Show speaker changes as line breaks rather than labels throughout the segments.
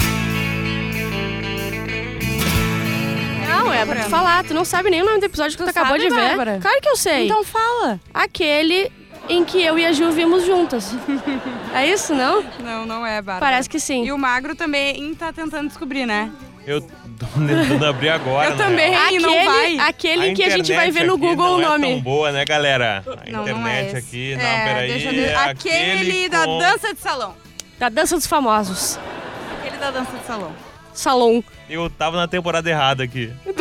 é,
Débora,
Débora.
falar. Tu não sabe nem o nome do episódio que
Tu
tu, acabou
sabe,
de ver.
Débora?
Claro que eu sei.
Então fala.
Aquele em que eu e a Ju vimos juntas. é isso, não?
Não, não é, Bárbara.
Parece que sim.
E o magro também tá tentando descobrir, né?
Eu tô tentando abrir agora,
Eu
né?
também. É Ei, não vai.
Aquele, aquele em que a gente vai ver
internet
no
aqui
Google o
não
nome.
É tão boa, né, galera? A
Não, não é
internet
esse.
aqui, não,
É,
peraí.
deixa eu ver. Aquele, da
com-
dança de salão.
Da dança dos famosos.
Aquele da dança de salão.
Salão.
Eu tava na temporada errada aqui. Eu,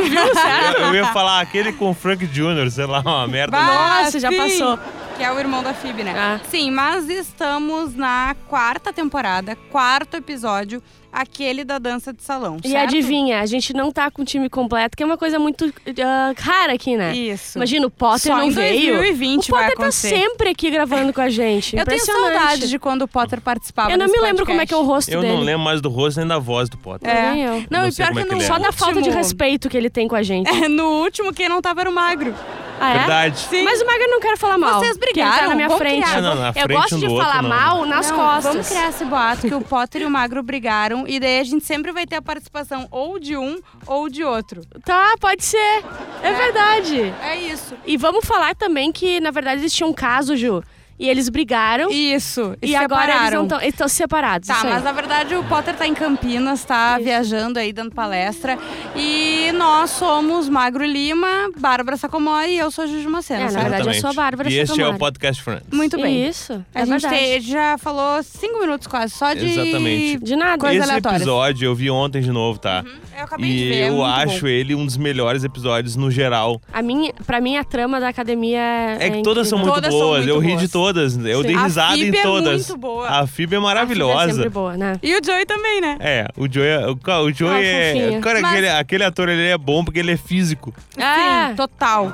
eu ia falar aquele com o Frank Jr., sei lá, uma merda.
Bah,
Nossa, já
sim.
passou.
Que é o irmão da Phoebe, né?
Ah.
Sim, mas estamos na quarta temporada, quarto episódio, aquele da dança de salão.
E
certo?
adivinha, a gente não tá com o time completo, que é uma coisa muito ah, rara aqui, né?
Isso.
Imagina, o Potter
Só
não
em
veio.
2020
o
vai
Potter tá
acontecer.
sempre aqui gravando com a gente.
Eu tenho
Impressionante.
saudade de quando o Potter participava
Eu não
desse
me lembro
podcast.
como é que é o rosto
Eu
dele.
não lembro mais do rosto nem da voz do Potter.
É.
É.
Nem eu.
Não,
Não
e
sei
pior
como
que
é que
no
ele é.
Só da falta de
último- É,
respeito que ele tem com a gente.
No último, quem não tava era o magro.
Ah, é?
Verdade.
Sim.
Mas o Magro não quero falar mal.
Vocês
que ele
brigaram,
tá na minha
vamos
frente.
criar.
Não, não, na
eu
frente
gosto
um
de
do outro,
falar
não.
mal nas
Não,
costas.
Vamos criar esse boato que o Potter e o Magro brigaram e daí a gente sempre vai ter a participação ou de um ou de outro.
Tá, pode ser. É, verdade.
É isso.
E vamos falar também que, na verdade, existia um caso, Ju, e eles brigaram. E...
Isso. E,
agora eles
separaram.
não tão- eles estão separados.
Tá,
isso aí.
mas na verdade o Potter tá em Campinas, tá viajando aí, dando palestra. E nós somos Magro Lima, Bárbara Sacomori e eu sou a Juju Macena,
É, na
certo?
verdade, eu
Exatamente.
sou a Bárbara
E este é
Sacomori.
o Podcast Friends.
Muito bem.
Isso,
A
é
gente
verdade.
te- já falou cinco minutos quase, só de...
Exatamente.
De nada.
Coisa
Esse
aleatória.
episódio eu vi ontem de novo, tá?
Eu acabei de
E
ver, é
eu
muito
acho
bom.
ele um dos melhores episódios no geral.
A minha, pra mim, a trama da academia é.
É que todas são
incrível.
muito
Todas são
boas.
muito
eu ri de
boas.
todas. Eu
Sim.
dei
A
risada
Phoebe é
em todas.
muito boa.
A Fib é
A Phoebe É
maravilhosa.
sempre boa, né?
E o Joey também, né?
É, o Joey, é- o, ca- o Joey
Ah,
é.
fofinho.
Cara,
Mas-
aquele, aquele ator ele é bom porque ele é físico.
Sim,
É.
total.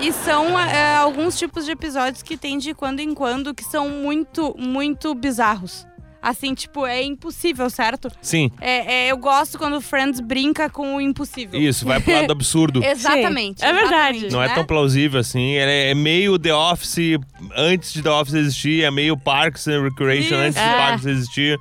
E são é, alguns tipos de episódios que tem de quando em quando que são muito, muito bizarros. Assim, tipo, é impossível, certo?
Sim,
É, é, eu gosto quando o Friends brinca com o impossível.
isso, vai pro lado do absurdo.
Exatamente.
Sim, é verdade.
exatamente,
Não é
né?
tão plausível assim. Ele é meio The Office antes de The Office existir, é meio Parks and Recreation antes
Isso.
de
É.
Parks existir.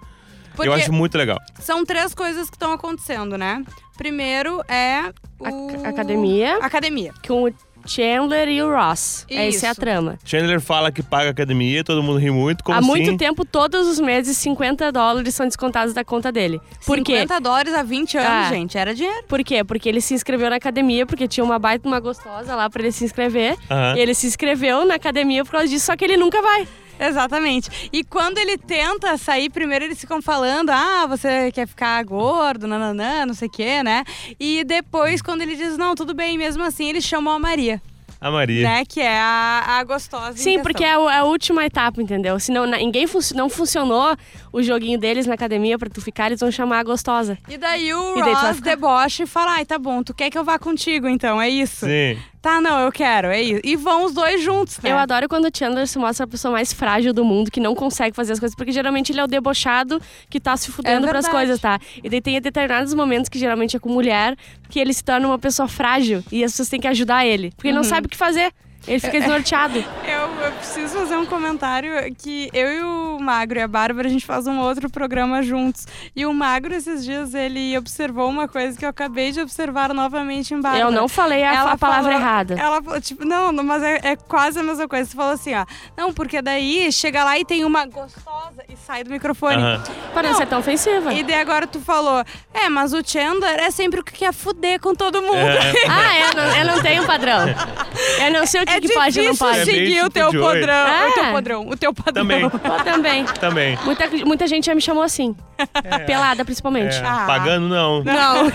Porque
Eu acho muito legal.
são três coisas que estão acontecendo, né? Primeiro é o...
A- academia.
Academia.
Com o Chandler e o Ross. É,
Isso.
Essa é a trama.
Chandler fala que paga academia, todo mundo ri muito. Como
Há muito
assim?
tempo, todos os meses, 50 dólares são descontados da conta dele. Por quê?
50 dólares há 20 anos,
Ah.
gente. Era dinheiro.
Por quê? Porque ele se inscreveu na academia, porque tinha uma baita, uma gostosa lá pra ele se inscrever.
Aham.
E ele se inscreveu na academia por causa disso, só que ele nunca vai.
Exatamente. E quando ele tenta sair, primeiro eles ficam falando: ah, você quer ficar gordo, nananã, não sei o quê, né? E depois, quando ele diz: não, tudo bem, mesmo assim, ele chamou a Maria,
A Maria.
né? Que é a, a gostosa. em
Sim,
questão.
porque é a, é a última etapa, entendeu? Se não, na- ninguém func- não funcionou o joguinho deles na academia pra tu ficar, eles vão chamar a gostosa.
E daí o
E daí tu vai
Ross
ficar-
debocha e fala: ai, tá bom, tu quer que eu vá contigo então, é isso?
Sim.
Tá, não, eu quero, é isso. E vão os dois juntos, né?
Eu adoro quando o Chandler se mostra a pessoa mais frágil do mundo, que não consegue fazer as coisas, porque geralmente ele é o debochado que tá se fudendo
É
pras
verdade.
coisas, tá? E daí tem determinados momentos, que geralmente é com mulher, que ele se torna uma pessoa frágil e as pessoas têm que ajudar ele, porque
Uhum.
ele não sabe o que fazer. Ele
É,
fica desnorteado.
Eu, eu preciso fazer um comentário que eu e o Magro e a Bárbara, a gente faz um outro programa juntos. E o Magro, esses dias, ele observou uma coisa que eu acabei de observar novamente em Bárbara.
Eu não falei a,
Ah, tá.
a palavra
falou-
errada.
Ela, falou, tipo, não, não, mas é, é quase a mesma coisa. Você falou assim, ó. Não, porque daí chega lá e tem uma gostosa e sai do microfone.
Aham.
Para não
Não.
ser tão ofensiva.
E daí agora tu falou, é, mas o Chandler é sempre o que quer fuder com todo mundo.
É.
Ah, eu não, eu não tenho padrão. Eu não sei o que,
É
que pode e não
difícil
pode.
É meio
seguir o
tipo
teu
Joey.
podrão. O teu
É.
podrão. O teu padrão.
Também.
Eu também.
Também.
Muita, muita gente já me chamou assim. Pelada, principalmente.
É,
Ah.
Pagando não.
Não.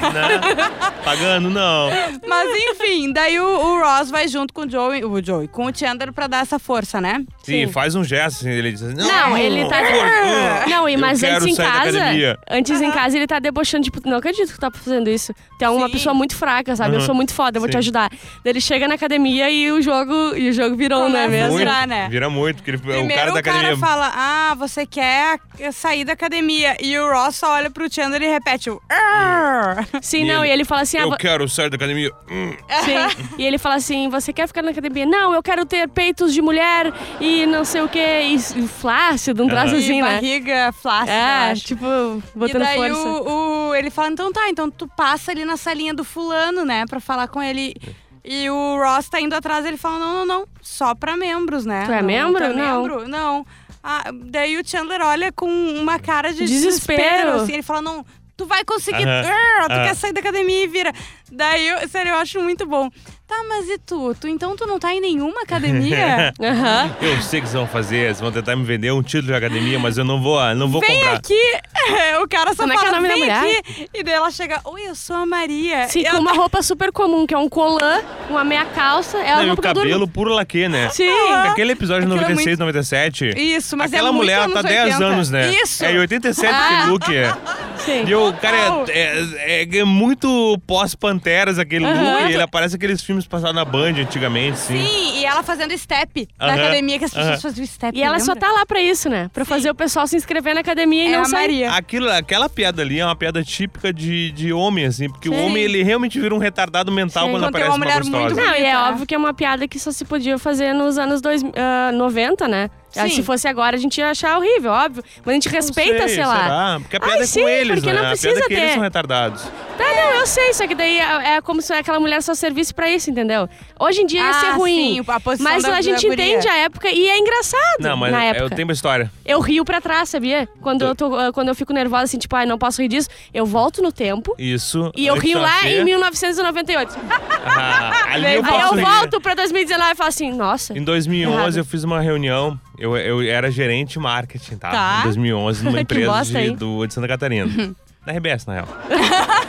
Né? Pagando não.
Mas enfim, daí o, o Ross vai junto com o Joey, o Joey, com o Chandler pra dar essa força, né?
Sim.
Sim, faz um gesto assim, ele diz assim, não,
Não, ele tá.
não,
Não, e
eu
mas
quero
antes em
sair da
casa.
academia.
Antes em casa ele tá debochando, tipo, não acredito que tá fazendo isso. Tu é uma
Sim.
pessoa muito fraca, sabe? Eu
Uhum.
sou muito foda, eu vou te
Sim.
ajudar. Daí ele chega na academia e o jogo, e o jogo virou,
Começa
né mesmo?
Muito,
virar, né?
Vira muito, porque ele, É, o
Primeiro
cara da academia.
fala, ah, você quer sair da academia. E o Ross só olha pro Chandler e repete o... "Arr".
Sim,
E
não, e
ele-
ele fala assim, ah,
eu
vo-
quero sair da academia. Hum.
Sim. E ele fala assim: você quer ficar na academia? Não, eu quero ter peitos de mulher e não sei o que, e, e flácido, um traço
E
assim, né?
barriga flácida, eu
É,
acho.
tipo,
e
botando
daí O,
força.
o o, ele fala, então tá, então tu passa ali na salinha do fulano, né, pra falar com ele.
É.
E o Ross tá indo atrás, ele fala, não, não, não, só pra membros, né.
Tu é
Não,
membro?
tu é
Não.
membro? Não. Ah, daí o Chandler olha com uma cara de
Desespero.
desespero, assim, ele fala, não, tu vai conseguir,
Aham.
Girl, tu
Ah.
quer sair da academia e vira. Daí, eu, sério, eu acho muito bom. Tá, mas e tu? tu então tu não tá em nenhuma academia?
Aham.
Eu sei o que vocês vão fazer, vocês vão tentar me vender um título de academia, mas eu não vou, ah, não vou
Vem
comprar.
aqui! O cara só
Como é que é
fala,
o nome da
vem
mulher?"
aqui! E daí ela chega, oi, eu tá sou a Maria.
Sim,
E
com
ela-
uma roupa super comum, que é um colã, uma meia calça, é
Não,
uma
e o
roupa que eu durmo.
cabelo puro laque, né?
Sim.
Aquele episódio de
tá Aquilo é
96, 97.
Isso, mas
Aquela
é muito
mulher, ela
anos
tá 10
80.
anos, né?
Isso! Ah.
É, em 87 aquele look é.
Sim.
E o cara é, é- é- é muito pós-Panteras aquele
Aham.
look. Ele aparece aqueles filmes passados na Band antigamente, sim.
Sim, e ela fazendo step na
Aham,
academia, que as pessoas
aham.
faziam step.
E ela só
lembra?
tá lá pra isso, né? Pra fazer o pessoal se inscrever na academia e
É
não
a
sair.
Maria.
Aquilo, aquela piada ali é uma piada típica de, de homem, assim. Porque o
Sim.
homem, ele realmente vira um retardado mental
Sim.
quando
Quando tem
aparece
uma
uma,
mulher muito
gostosa.
Não, e é
Bonita, né?
óbvio que é uma piada que só se podia fazer nos anos dois, ah, 90, né? Ah,
Sim.
Se fosse agora, a gente ia achar horrível, óbvio. Mas a gente respeita, Ah, sei, lá.
Será? Porque a piada
Ai,
é
sim,
com eles,
porque
né?
não
a piada
precisa
é que eles
ter.
são retardados.
Tá, não, eu sei, só que daí é, é como se aquela mulher só servisse pra isso, entendeu? Hoje em dia ia
Ah,
ser ruim.
sim, a posição
mas
da-
a gente
da guria.
entende a época e é engraçado
Não, mas
na
é-
época.
eu tenho uma história.
Eu rio pra trás, sabia?
Tá.
Quando eu, tô, ah, quando eu fico nervosa, assim, tipo, ai, não posso rir disso, eu volto no tempo
Isso.
e eu
antes de
rio lá
nascer.
em 1998.
Ah, ali eu
Aí
posso
eu
rir.
volto pra 2019 e falo assim, nossa.
Em 2011
Errado.
eu fiz uma reunião, eu, eu era gerente de marketing, tá?
Tá.
Em 2011 numa
Que
empresa
bosta,
de,
hein?
do, de Santa Catarina. Na RBS, na real.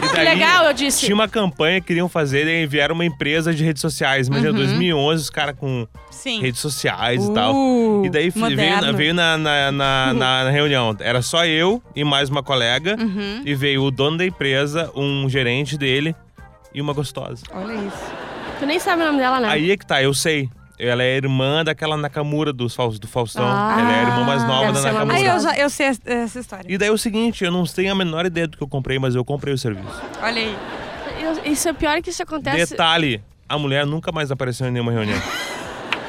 E
Que legal, eu disse.
Tinha uma campanha que queriam fazer, e enviaram uma empresa de redes sociais. Imagina,
Uhum.
2011, os caras com
Sim.
Ah, redes sociais
Uh,
e tal. E daí fi- veio, na-
moderno.
veio na, na,
Uhum.
na- na- na reunião. Era só eu e mais uma colega.
Uhum.
Uhum.
E veio o dono da empresa, um gerente dele e uma gostosa.
Olha
Tá
isso.
Tu nem sabe o nome dela, né?
Aí é que tá, eu sei. Ela é irmã daquela Nakamura dos Faus- do Faustão.
Ah,
ela é a irmã mais nova
deve
da
ser uma
Nakamura.
Aí
Vamos
eu,
lá.
já, eu sei essa- essa história.
E daí é o seguinte, eu não tenho a menor ideia do que eu comprei, mas eu comprei o serviço.
Olha aí.
Eu- isso é pior que isso acontece.
Detalhe, a mulher nunca mais apareceu em nenhuma reunião.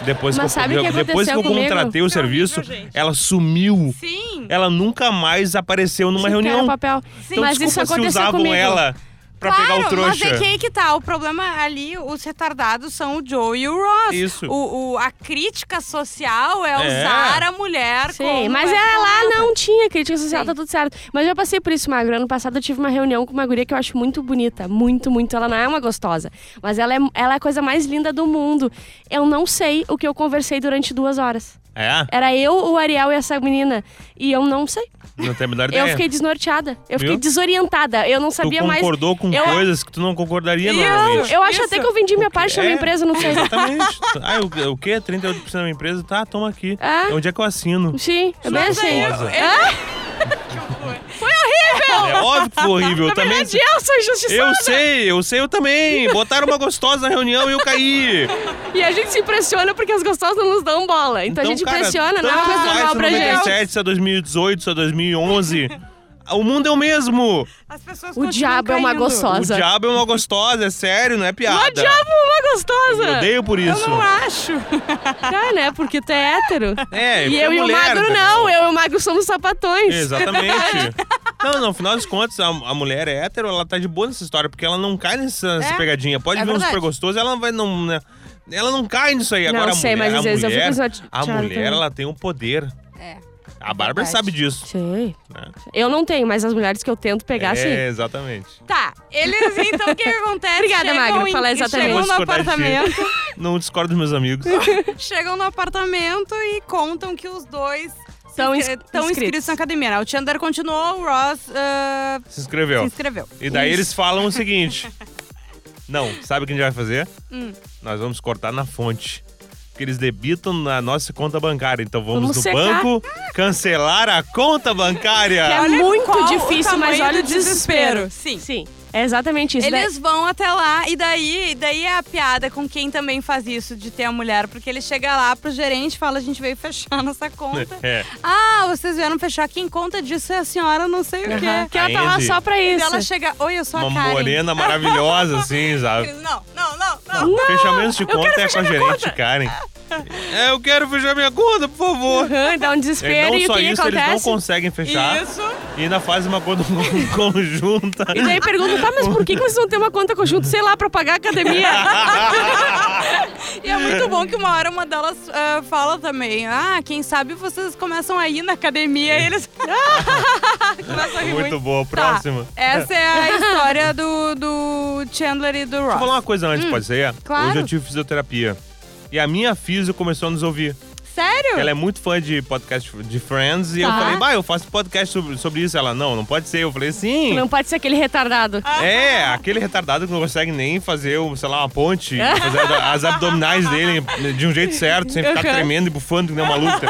Depois
Mas
que eu,
sabe o que
depois que eu
aconteceu comigo?
contratei o
Isso é horrível,
serviço,
gente.
ela sumiu.
Sim.
Ela nunca mais apareceu numa
Isso que era
reunião.
é papel.
Então,
Mas
desculpa
isso aconteceu
se usavam
comigo.
ela pra pegar o trouxa.
Mas é que aí que tá. O problema ali, os retardados são o Joe e o Ross.
Isso.
O, o- a crítica social é,
É.
usar a mulher
Sim,
como
mas
essa
ela lá
maluca.
não tinha crítica social,
Sim.
tá tudo certo. Mas eu passei por isso, Magro. Ano passado eu tive uma reunião com uma guria que eu acho muito bonita. Muito, muito. Ela não é uma gostosa. Mas ela é, ela é a coisa mais linda do mundo. Eu não sei o que eu conversei durante duas horas.
É?
Era eu, o Ariel e essa menina. E eu não sei.
Não tem a menor ideia.
Eu fiquei desnorteada. Eu fiquei
Viu?
desorientada. Eu não
tu
sabia mais.
concordou com
Eu-
coisas que tu não concordaria
Isso.
normalmente.
Eu acho
Isso.
até que eu vendi minha parte da
É?
minha empresa, não sei.
Exatamente. Ah, o, o quê? 38% da minha empresa? Tá, toma aqui.
É.
Onde é que eu assino?
Sim, é bem
Mas aí
assim.
eu-
Foi horrível!
É óbvio que foi horrível. Eu também.
Verdade, eu sou injustiçada.
Eu sei, eu sei, eu também. Botaram uma gostosa na reunião e eu caí.
E Então, a gente se impressiona porque as gostosas não nos dão bola. Então, a gente
cara,
impressiona, não é uma
tanto
coisa
faz
normal
se é
pra gente.
97, se é 2018, se é 2011. O mundo é o mesmo.
As pessoas
O
continuam
diabo é uma
caindo.
gostosa.
O
Rosa.
diabo é uma gostosa, é sério, não é piada.
O diabo, uma
Eu
gostosa!
odeio por isso.
Eu não acho.
Tá, né? Porque tu é hétero.
É,
e
porque
eu
é
e o
mulher,
magro
entendeu?
não, eu e o magro somos sapatões.
Exatamente. Não, não, afinal das contas, a, a mulher é hétero, ela tá de boa nessa história, porque ela não cai nessa, nessa
É,
pegadinha. Pode
é
vir um
verdade.
super gostoso, ela não vai. Não, né? Ela não cai nisso aí.
Não
Agora
sei,
a mulher,
mas às
a
vezes eu fico
mulher,
chateada
A mulher,
também.
ela tem um poder.
É.
A Bárbara
verdade.
sabe disso.
Sei.
Né?
Eu não tenho, mas as mulheres que eu tento pegar,
é,
sim.
exatamente.
Tá, eles então o que que acontece?
Obrigada,
Chegam
Magro,
em-
falar exatamente.
Chegam
Eu vou
no
discordar de ti.
apartamento,
Não discordo dos meus amigos.
chegam no apartamento e contam que os dois se
Tão
inscre-
ins-
tão
inscritos.
inscritos na academia. né? O Chandler continuou, o Ross ah,
Se
se
inscreveu.
inscreveu.
E daí eles falam o seguinte: Não, sabe o que a gente vai fazer?
Hum.
Nós vamos cortar na fonte. Porque eles debitam na nossa conta bancária. Então
Vamos
vamos, no
secar.
banco cancelar a conta bancária.
Que é
Olha qual
muito
o
difícil, mas
tamanho
olha o
do
desespero.
desespero. Sim.
Sim. É exatamente isso.
Eles vão até lá e daí, e daí é a piada com quem também faz isso de ter a mulher, porque ele chega lá pro gerente e fala: a gente veio fechar nossa conta.
É.
ah, vocês vieram fechar. Quem conta disso é a senhora, não sei o
Aham.
quê.
Que ela tá lá
Andy.
só pra
E
isso.
ela chega, oi, eu sou
Uma
a Karen.
morena maravilhosa, assim, sabe?
Não, não, não, não.
Fechamento de conta é com a gerente, Karen. É, eu quero fechar minha conta, por favor.
Aham, dá um
É,
desespero
não
e o
só
que
isso, eles não
acontece?
conseguem fechar.
Isso.
E ainda fazem uma conta con- conjunta.
E daí pergunta, tá, mas por que que vocês não têm uma conta conjunta, sei lá, pra pagar a academia?
E é muito bom que uma hora uma delas ah, fala também. Ah, quem sabe vocês começam a ir na academia e eles. começam a rir muito.
Muito boa,
Tá,
próxima.
Essa é a história do, do Chandler e do
Deixa eu falar
Ross.
uma coisa antes, pode ser?
claro.
Hoje eu tive fisioterapia. E a minha físio começou a nos ouvir.
Sério?
Ela é muito fã de podcast de Friends. E eu
Hum. Tá.
falei, bah, eu faço podcast sobre, sobre isso. Ela, não, não pode ser. Eu falei, sim.
Não pode ser aquele retardado.
É, aquele retardado que não consegue nem fazer, um, sei lá, uma ponte, fazer as abdominais dele de um jeito certo, sem ficar
Uhum.
tremendo e bufando que nem uma luta.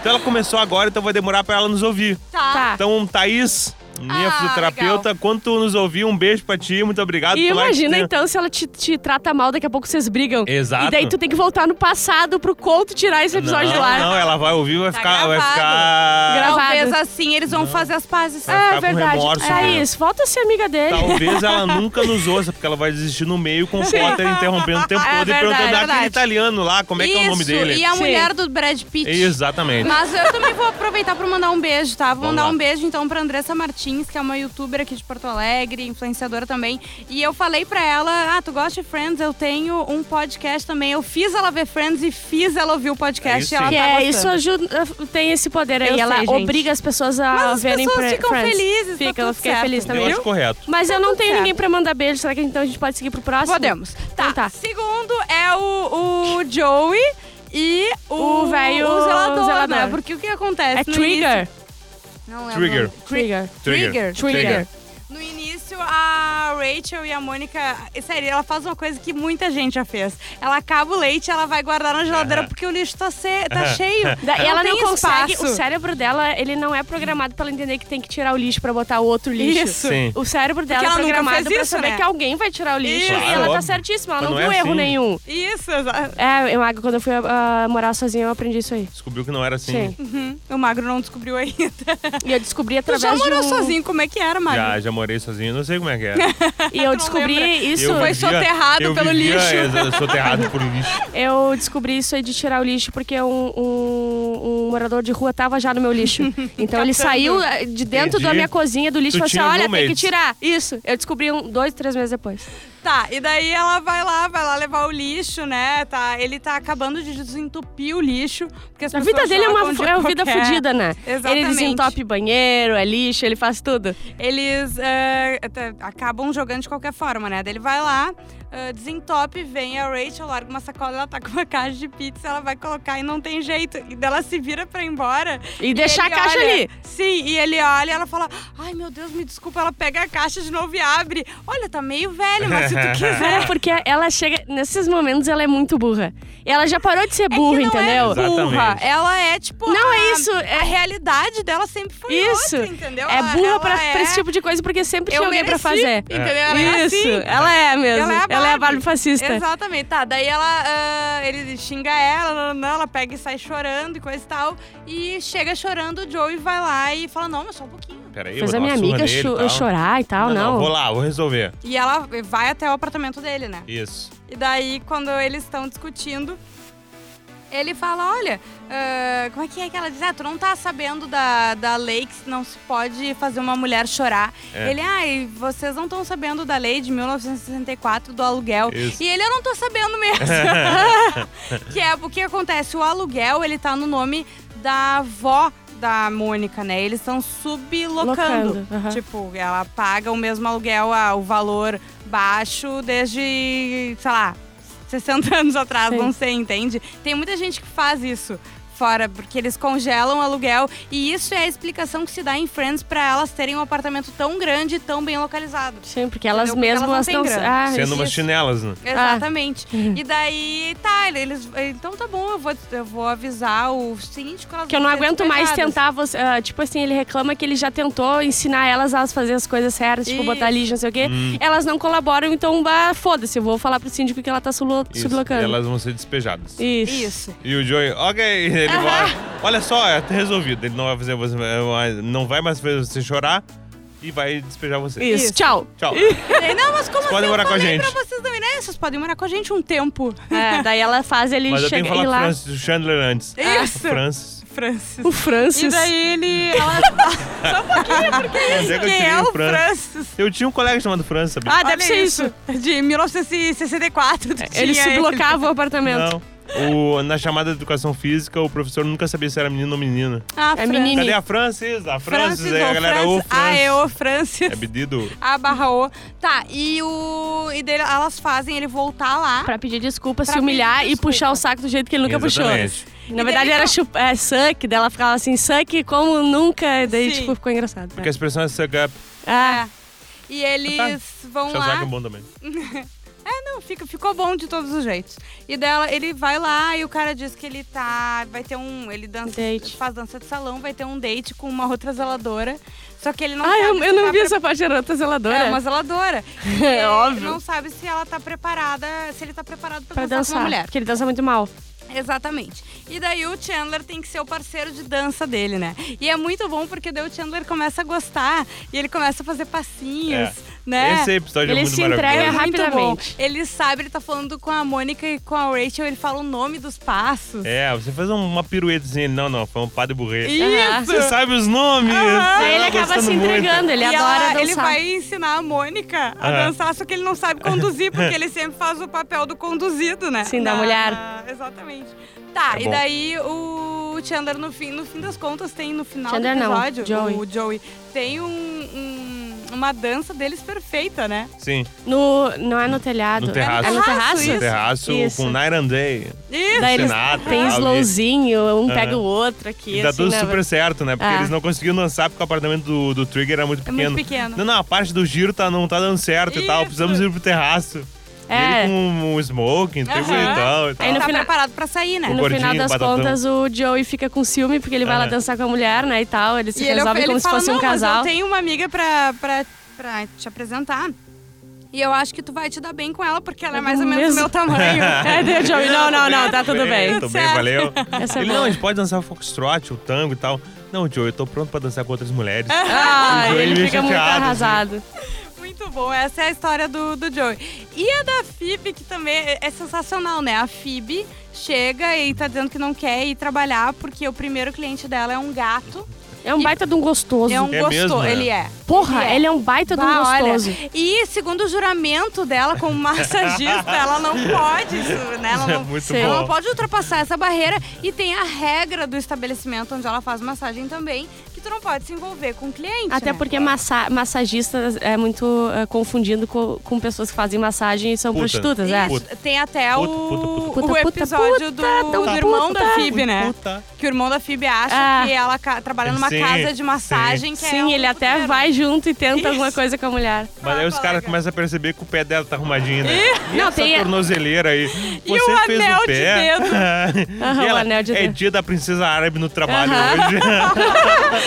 Então ela começou agora, então vai demorar pra ela nos ouvir.
Tá.
Então, Thaís, minha
Ah,
fisioterapeuta, quando tu nos ouvir, um beijo pra ti, muito obrigado.
E
pela-
imagina então se ela te, te trata mal, daqui a pouco vocês brigam.
Exato.
E daí tu tem que voltar no passado pro Couto tirar esse episódio
não,
do ar.
Não, ela vai ouvir, vai
Tá
ficar... Vai
gravado.
ficar...
Gravado.
Talvez assim eles vão fazer as pazes.
Vai ficar com remorso, Tá
É isso, volta a ser amiga dele.
Talvez ela nunca nos ouça, porque ela vai desistir no meio com o
Sim.
Potter interrompendo o tempo
É
todo e
verdade,
perguntando aquele
verdade.
italiano lá, como é que é o nome
Isso,
dele.
E a
Sim.
mulher do Brad Pitt.
Exatamente.
Mas eu também vou aproveitar pra mandar um beijo, tá? Vou
Vamos
mandar
lá.
um beijo então pra Andressa Martins, que é uma youtuber aqui de Porto Alegre, influenciadora também. E eu falei pra ela: "Ah, tu gosta de Friends? Eu tenho um podcast também. Eu fiz ela ver Friends e fiz ela ouvir o
Aí
podcast
sim.
e ela
Que
tá
é,
gostando.
isso ajuda, tem esse poder aí.
Eu
ela
sei, gente.
obriga as pessoas a
Mas as
verem
pessoas
Fre-
ficam
Friends.
felizes, tá
Fica, eu
tudo
fiquei
certo. Tá
feliz
Eu
também.
acho correto.
Mas eu não
tudo
tenho
certo.
ninguém pra mandar beijo. Será que então a gente pode seguir pro próximo?
Podemos.
Então tá.
Segundo é o, o Joey e o,
O velho
o zelador,
zelador.
né? Porque o que acontece?
É
no
Trigger.
início- Não lembro.
Trigger.
Trigger.
Trigger.
Trigger.
No início, a Rachel e a Mônica. Sério, ela faz uma coisa que muita gente já fez. Ela acaba o leite e ela vai guardar na geladeira
Aham.
porque o lixo tá, ce- tá
Aham.
cheio.
Da- e ela não
tem um
consegue,
espaço.
o cérebro dela, ele não é programado pra ela entender que tem que tirar o lixo pra botar o outro lixo.
Isso.
Sim.
O cérebro dela
Porque ela
é
nunca
programado
fez
pra
isso,
saber
né?
que alguém vai tirar o lixo.
Isso.
e ela
Claro,
tá
óbvio.
certíssima, ela não,
Mas não
viu
é
erro
assim.
nenhum.
Isso, exato.
É, eu, quando eu fui ah, morar sozinha, eu aprendi isso aí.
Descobriu que não era assim.
Sim.
Uhum. O Magro não descobriu ainda.
E eu descobri
Tu
através
já morou
de um...
sozinho, como é que era, Magro?
Já, já morei sozinho, não sei como é que é.
E eu
não
descobri
lembra?
isso...
Eu
Foi
vivia-
soterrado
eu
pelo
vivia- é,
lixo.
exa- Soterrado por lixo.
Eu descobri isso aí de tirar o lixo porque um, um- um morador de rua tava já no meu lixo. Então ele
Catando.
saiu eh, de dentro
Entendi.
da minha cozinha do lixo e
Tu
falou assim:
tinha
olha, tem
um
que
roommates."
tirar. Isso. Eu descobri um, dois, três meses depois.
Tá, e daí ela vai lá, vai lá levar o lixo, né? Tá, ele tá acabando de desentupir o lixo. Porque as
A
pessoas
vida dele é
jogam
uma,
de
é uma vida
qualquer-
fodida, né?
Exatamente.
Ele desentope banheiro, é lixo, ele faz tudo.
eles eh, t- acabam jogando de qualquer forma, né? Daí ele vai lá, eh, desentope, vem a Rachel, larga uma sacola, ela tá com uma caixa de pizza, ela vai colocar e não tem jeito. E daí ela se vira pra ir embora.
E, deixar a
ele
caixa
olha-
ali.
Sim, e ele olha e ela fala: Ai meu Deus, me desculpa. Ela pega a caixa de novo e abre. Olha, tá meio velho, mas se tu
É,
quiser.
porque ela chega. Nesses momentos ela é muito burra. Ela já parou de ser burra,
que não é
entendeu?
Exato.
Burra.
Exatamente.
Ela é tipo.
Não,
a-
é isso.
A
É,
realidade dela sempre foi
Isso.
outra, entendeu?
é
Ela-
burra
ela
pra,
é...
pra esse tipo de coisa porque sempre
Eu
tinha alguém pra
mereci,
fazer.
Entendeu? Ela é
Isso,
assim.
ela é mesmo.
Ela é a
Ela é
Barbie
a Barbie fascista.
Exatamente, tá. Daí ela, ah, ele xinga ela, não, não, não, ela pega e sai chorando e coisa e tal. E chega chorando, o Joey vai lá e fala, não, mas só um pouquinho.
Peraí,
Fez
vou
a
dar
minha
uma surra
amiga
nele e
cho-
tal.
chorar e tal,
Não,
não.
não, vou lá, vou resolver.
E ela vai até o apartamento dele, né?
Isso.
E daí, quando eles estão discutindo, ele fala, olha, ah, como é que é que ela diz? Ah, tu não tá sabendo da, da lei que não se pode fazer uma mulher chorar.
É.
Ele, ah, e vocês não estão sabendo da lei de 1964 do aluguel.
Isso.
E ele, eu não tô sabendo mesmo. que é o que acontece, o aluguel, ele tá no nome da avó da Mônica, né? Eles estão sublocando.
Locando, aham.
Tipo, ela paga o mesmo aluguel, a- o valor baixo desde, sei lá, 60 anos atrás,
Sim.
não sei, entende? Tem muita gente que faz isso fora, porque eles congelam o aluguel. E isso é a explicação que se dá em Friends pra elas terem um apartamento tão grande e tão bem localizado.
Sim, porque elas
Entendeu? Porque
mesmas
elas não
não.
têm grana.
ah,
Sendo
isso.
umas chinelas, né?
Ah.
Exatamente.
Uhum.
E daí, tá, eles. Então tá bom, eu vou, eu vou avisar o seguinte que elas
que eu não
vão ser
aguento mais
despejadas.
tentar você. ah, tipo assim, ele reclama que ele já tentou ensinar elas a fazer as coisas certas, tipo,
Isso.
botar lixo, não sei o quê.
Hum.
Elas não colaboram, então, bah, foda-se, eu vou falar pro síndico que ela tá sulo-
Isso.
sublocando.
E elas vão ser despejadas.
Isso.
Isso.
E o Joey, ok, ele vai. Olha só, é até resolvido. Ele não vai fazer você. Não vai mais fazer você chorar e vai despejar você.
Isso.
Isso.
Tchau.
Tchau.
E daí, não, mas como
podem
assim?
morar
eu
com a
falei
gente.
pra vocês não irem né? Vocês podem morar com a gente um tempo.
É, daí ela faz ele
Mas eu tenho que
chegar ir
falar com o
lá.
Francis Chandler antes.
Isso!
O Francis.
Francis.
O
E
Um Francis. Hum.
daí ele. Ela... Só um pouquinho, porque
Onde é que eu
quem
tirei
é
o
o
Francis?
Francis?
Eu tinha um colega chamado Francis, sabia?
Ah, deve
Olha
ser
isso. É,
isso. De 1964. tu
Ele
tinha
se blocava o apartamento.
Não. O- na chamada de educação física, o professor nunca sabia se era menino ou menina.
Ah,
É
Fran-
menino.
Cadê a Francis? A Francis,
Francis,
aí a
ou
galera,
Francis.
ô
Ah,
Francis.
é o Francis.
É pedido.
A barra O. Tá, e o. E daí elas fazem ele voltar lá.
Pra pedir desculpa,
Pra
se humilhar
pedir
e
desculpa.
puxar o saco do jeito que ele nunca
Exatamente.
puxou. Na verdade era chup, é, suck, daí ela ficava assim, suck como nunca, e daí
Sim.
tipo ficou engraçado.
Porque a expressão é suck up.
Ah,
É. E eles vão
Shazak
lá.
é bom também.
Não, fica, ficou bom de todos os jeitos. E dela, ele vai lá e o cara diz que ele tá. Vai ter um. Ele dança,
Date.
faz dança de salão, vai ter um date com uma outra zeladora. Só que ele não
ah
sabe
eu,
se
eu não
tá
vi essa parte, era outra zeladora.
É uma zeladora. E
É óbvio.
Ele não sabe se ela tá preparada, se ele tá preparado pra,
Pra
dançar, com
dançar,
uma mulher.
porque ele dança muito mal.
Exatamente. E daí o Chandler tem que ser o parceiro de dança dele, né? E é muito bom porque daí o Chandler começa a gostar e ele começa a fazer passinhos,
É.
né?
Esse episódio
Ele
é muito
se
maravilhoso.
entrega
É muito
Rapidamente.
bom. Ele sabe, ele tá falando com a Mônica e com a Rachel, ele fala o nome dos passos.
É, você faz uma piruetezinha. Não, não, foi um pá de burrê.
Aham.
Isso!
Você sabe os nomes.
Aham.
eu
Daí ele
tava
acaba se
gostando muito.
entregando, ele
Ah, E
adora
ela-
dançar. É.
Ele vai ensinar a Mônica a
Aham.
dançar, só que ele não sabe conduzir, porque ele sempre faz o papel do conduzido, né?
Sim, da mulher.
Exatamente. Tá,
É
e
bom.
daí o Chandler, no fim, no fim das contas, tem no final
Chandler
do
não,
episódio,
Joey.
o Joey, tem um- um- uma dança deles perfeita, né?
Sim,
No, não é no telhado.
No terraço.
É no
Terraço,
terraço?
isso.
terraço
Isso.
com Night and Day.
Isso!
Daí eles
Sinatra,
tem
ali.
slowzinho, um pega
Aham.
o outro aqui.
E dá
assim,
tudo
né?
super certo, né? Porque
Ah.
eles não conseguiam dançar porque o apartamento do, do Trigger era muito
É
pequeno.
muito pequeno.
Não, não, a parte do giro tá, não tá dando certo e tal.
Isso.
Precisamos ir pro terraço. E
É.
ele com um smoking, tudo
Aham.
bonitão e
Aí
tal.
no
tá
final-
preparado pra sair, né?
E no
gordinho,
final das
batatão.
contas, o Joey fica com ciúme, porque ele vai lá
Aham.
dançar com a mulher, né, e tal. Eles
E
se
ele, é
resolvem
ele
como se
fala,
fosse um
"Não, mas
casal.
Eu tenho uma amiga pra, pra, pra te apresentar. E eu acho que tu vai te dar bem com ela, porque ela é
É do
mais ou menos do
mesmo-
meu tamanho.
É, deu Joey, não, não, não, tá tudo bem.
Tudo
Tudo
bem,
certo.
valeu.
Essa é
Ele,
boa.
não, a gente pode dançar o foxtrot, o tango e tal. Não, Joe, eu tô pronto pra dançar com outras mulheres.
Ah,
Joey
ele
meio
fica muito
chateado, assim.
arrasado.
Muito bom, essa é a história do, do Joey. E a da Phoebe, que também é- é sensacional, né? A Phoebe chega e tá dizendo que não quer ir trabalhar, porque o primeiro cliente dela é um gato.
É um baita de um gostoso.
É um
É
gostoso.
mesmo, é?
Ele é.
Porra,
Ele é.
ele é um baita de um
Bah, olha,
gostoso.
E segundo o juramento dela como massagista, ela não pode isso, né? Ela
É
não,
muito
ela
bom.
não pode ultrapassar essa barreira. E tem a regra do estabelecimento onde ela faz massagem também, que tu não pode se envolver com o cliente.
Até
né?
porque massa massagista é muito eh, confundido co- com, pessoas que fazem massagem e são
Puta.
prostitutas, é.
Isso, tem até
Puta,
o,
puta, puta,
puta.
o
Puta, puta,
episódio do,
puta,
do irmão
puta.
da Phoebe, né?
Puta.
Que o irmão da Phoebe acha
Ah.
que ela ca- trabalha numa
Sim,
casa de massagem. Que é um
Sim, ele até
puteiro.
vai junto e tenta
Isso.
alguma coisa com a mulher.
Mas aí os
colega.
caras começam a perceber que o pé dela tá arrumadinho, né? E
Não,
essa
tem a-
tornozeleira aí.
E
Você
o
fez
anel
o
de
pé.
dedo.
Aham,
E
o
ela,
anel de
é
dedo."
dia da princesa árabe no trabalho
Aham.
hoje.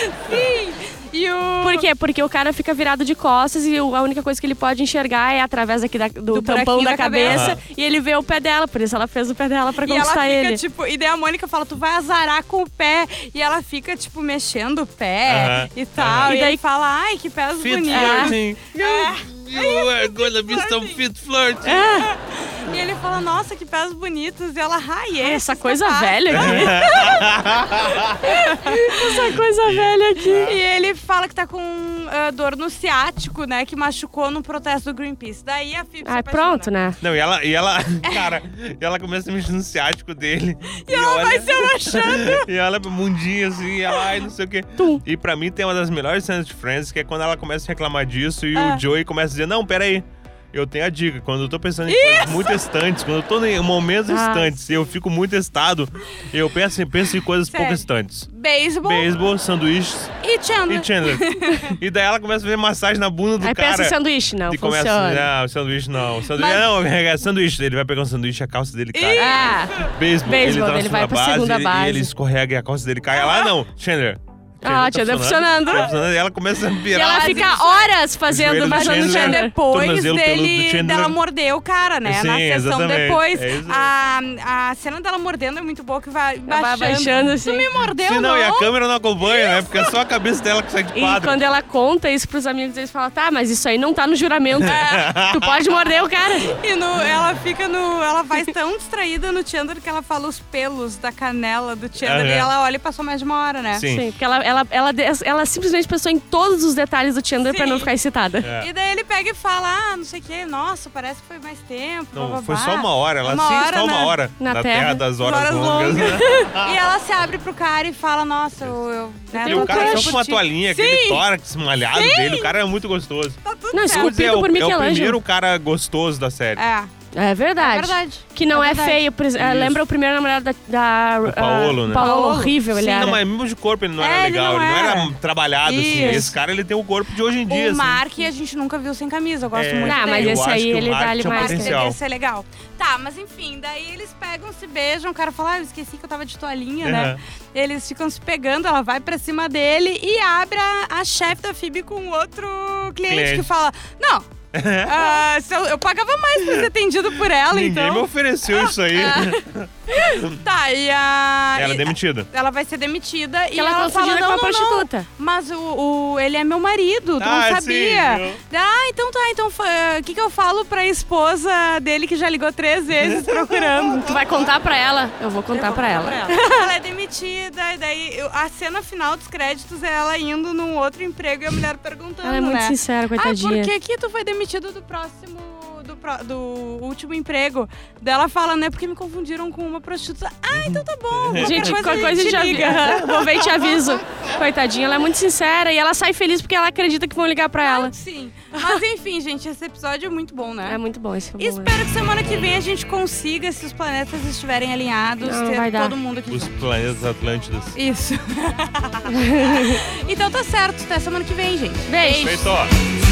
E o...
Por quê? Porque o cara fica virado de costas e o- a única coisa que ele pode enxergar é através aqui da- do,
Do
tampão
buraquinho
da
da
cabeça
cabeça.
e ele vê o pé dela, por isso ela fez o pé dela pra
E ela
conquistar
fica,
ele.
tipo, e daí a Mônica fala, tu vai azarar com o pé. E ela fica, tipo, mexendo o pé
Aham, É.
e tal.
aham.
E
E daí-
daí fala, ai, que pés
Fit
bonitos.
flirting. é, You are gonna be some tá um fit flirting.
E ele fala, nossa, que pés bonitos. E ela, ai, é.
Essa coisa velha aqui. Essa coisa velha
E
aqui.
ele fala que tá com ah, dor no ciático, né? Que machucou num protesto do Greenpeace. Daí a Phoebe se
Ah,
apaixona.
pronto, né?
Não, e ela, e ela, cara, e ela começa a mexer no ciático dele. E,
Ela vai
olha-
se abaixando.
E ela mundinha assim, e ela, ai, não sei o quê.
Tum.
E pra mim tem uma das melhores cenas de Friends, que é quando ela começa a reclamar disso e
Ah.
o Joey começa a dizer: Não, peraí. Eu tenho a dica, quando eu tô pensando em coisas muito estantes, quando eu tô em momentos
Ah.
estantes e eu fico muito estado, eu penso, em- penso em coisas
Sério.
pouco estantes.
Beisebol
Beisebol, sanduíches
e Chandler.
e Chandler. e daí ela começa a ver massagem na bunda do
Aí
cara.
pensa em sanduíche, não.
e
funciona.
começa, assim, não, sanduíche não. Sanduíche,
Mas-
não, é sanduíche dele. Vai pegar um sanduíche, a calça dele cai.
Ah,
Beisebol,
Beisebol,
ele, tá na
ele vai pra
base,
segunda
ele-
base.
E ele escorrega e a calça dele cai. Lá não, Chandler.
Ah, tia, tá funcionando.
Tá funcionando. E ela começa a
E
virar. assim.
ela
Quase
fica
isso.
horas fazendo,
joelho do
fazendo
Chandler.
Tinha
Tinder.
depois
Tornozelo peludo do
dele,
Chandler.
dela morder o cara, né?
Sim,
Na sessão
exatamente.
depois.
É isso aí.
a, a cena dela mordendo é muito boa, que vai
Vai
baixando.
baixando, assim.
Tu me mordeu,
Sim,
não?
não, e a câmera não acompanha, né? Porque é só a cabeça dela que sai de
E
quadro.
quando ela conta isso pros amigos, eles falam, tá, mas isso aí não tá no juramento.
É.
tu pode morder o cara.
E no, ela fica no. Ela vai tão distraída no Chandler que ela fala os pelos da canela do Chandler
Aham.
e ela olha e passou mais de uma hora, né?
Sim.
Sim, porque ela, ela, ela, ela simplesmente pensou em todos os detalhes do Tinder pra
Sim.
não ficar excitada.
É.
E daí ele pega e fala, ah, não sei o que, nossa, parece que foi mais tempo.
Não,
blá, blá,
foi
blá.
só uma hora. Ela
Uma
sim,
hora
só uma
na-
hora.
na
da
terra.
terra das horas,
Horas
longas.
longas.
né?
E ela se abre pro cara e fala, nossa, eu. eu né,
E
Eu
tô
o cara é
crush
só com uma
curtindo."
toalhinha,
Sim.
aquele tórax malhado dele. O cara é muito gostoso.
Tá tudo
Não,
certo.
Vou dizer, é o,
por
é o
Michelangelo.
primeiro cara gostoso da série.
É.
É verdade.
É verdade.
Que não
É
é,
verdade.
feio. por ex- eh,
Isso.
Lembra o primeiro namorado da. da
O Paolo,
ah,
né?
Paolo,
Paolo.
horrível, ele
Sim,
era.
Não, mas mesmo de corpo ele não
É,
era
ele
legal,
não
ele não era,
era.
trabalhado assim.
Isso.
Esse cara ele tem o corpo de hoje em
O
dia. assim.
Mark a gente nunca viu sem camisa, eu gosto
É,
muito
Ah, mas
dele.
esse
eu acho
aí,
que o
ele
Mark
dá-lhe
tinha
mais,
Mark
potencial.
deve ser legal. Tá, mas enfim, daí eles pegam, se beijam, o cara fala, ah, eu esqueci que eu tava de toalhinha, né?
Aham.
Eles ficam se pegando, ela vai pra cima dele e abre a, a chefe da FIB com outro cliente,
Cliente.
que fala, não, ah, se eu, eu pagava mais pra ser atendido por ela,
Ninguém
então.
me ofereceu isso aí.
Tá, e a...
Ela é
e-
demitida.
ela vai ser demitida e
ela
ela, fala,
confundida com
não,
uma
não, não,
prostituta.
Mas o, o- ele é meu marido, tu
Ah,
não
sim,
sabia.
eu-
ah, então tá, então fa- o que, que eu falo pra esposa dele que já ligou três vezes procurando?
Tu vai contar pra ela? Eu vou contar pra ela.
ela é demitida, e daí eu- a cena final dos créditos é ela indo num outro emprego e a mulher perguntando,
Ela é muito
né?
sincera,
Ah, por
coitadinha.
que, que tu foi demitido do próximo. Do, pró- do último emprego dela fala, né? Porque me confundiram com uma prostituta. Ah, então tá bom. qualquer
Gente,
coisa
qualquer coisa a gente
te
avisa.
liga.
Vou ver e te aviso. Coitadinha, ela é muito sincera e ela sai feliz porque ela acredita que vão ligar pra ela.
Sim. Mas enfim, gente, esse episódio é muito bom, né?
É muito bom esse filme.
Espero que semana que vem a gente consiga, se os planetas estiverem alinhados,
Não,
ter
vai dar.
todo mundo aqui.
Os
junto.
planetas atlântidos.
Isso. então tá certo, até semana que vem, gente.
Beijo.
Feito.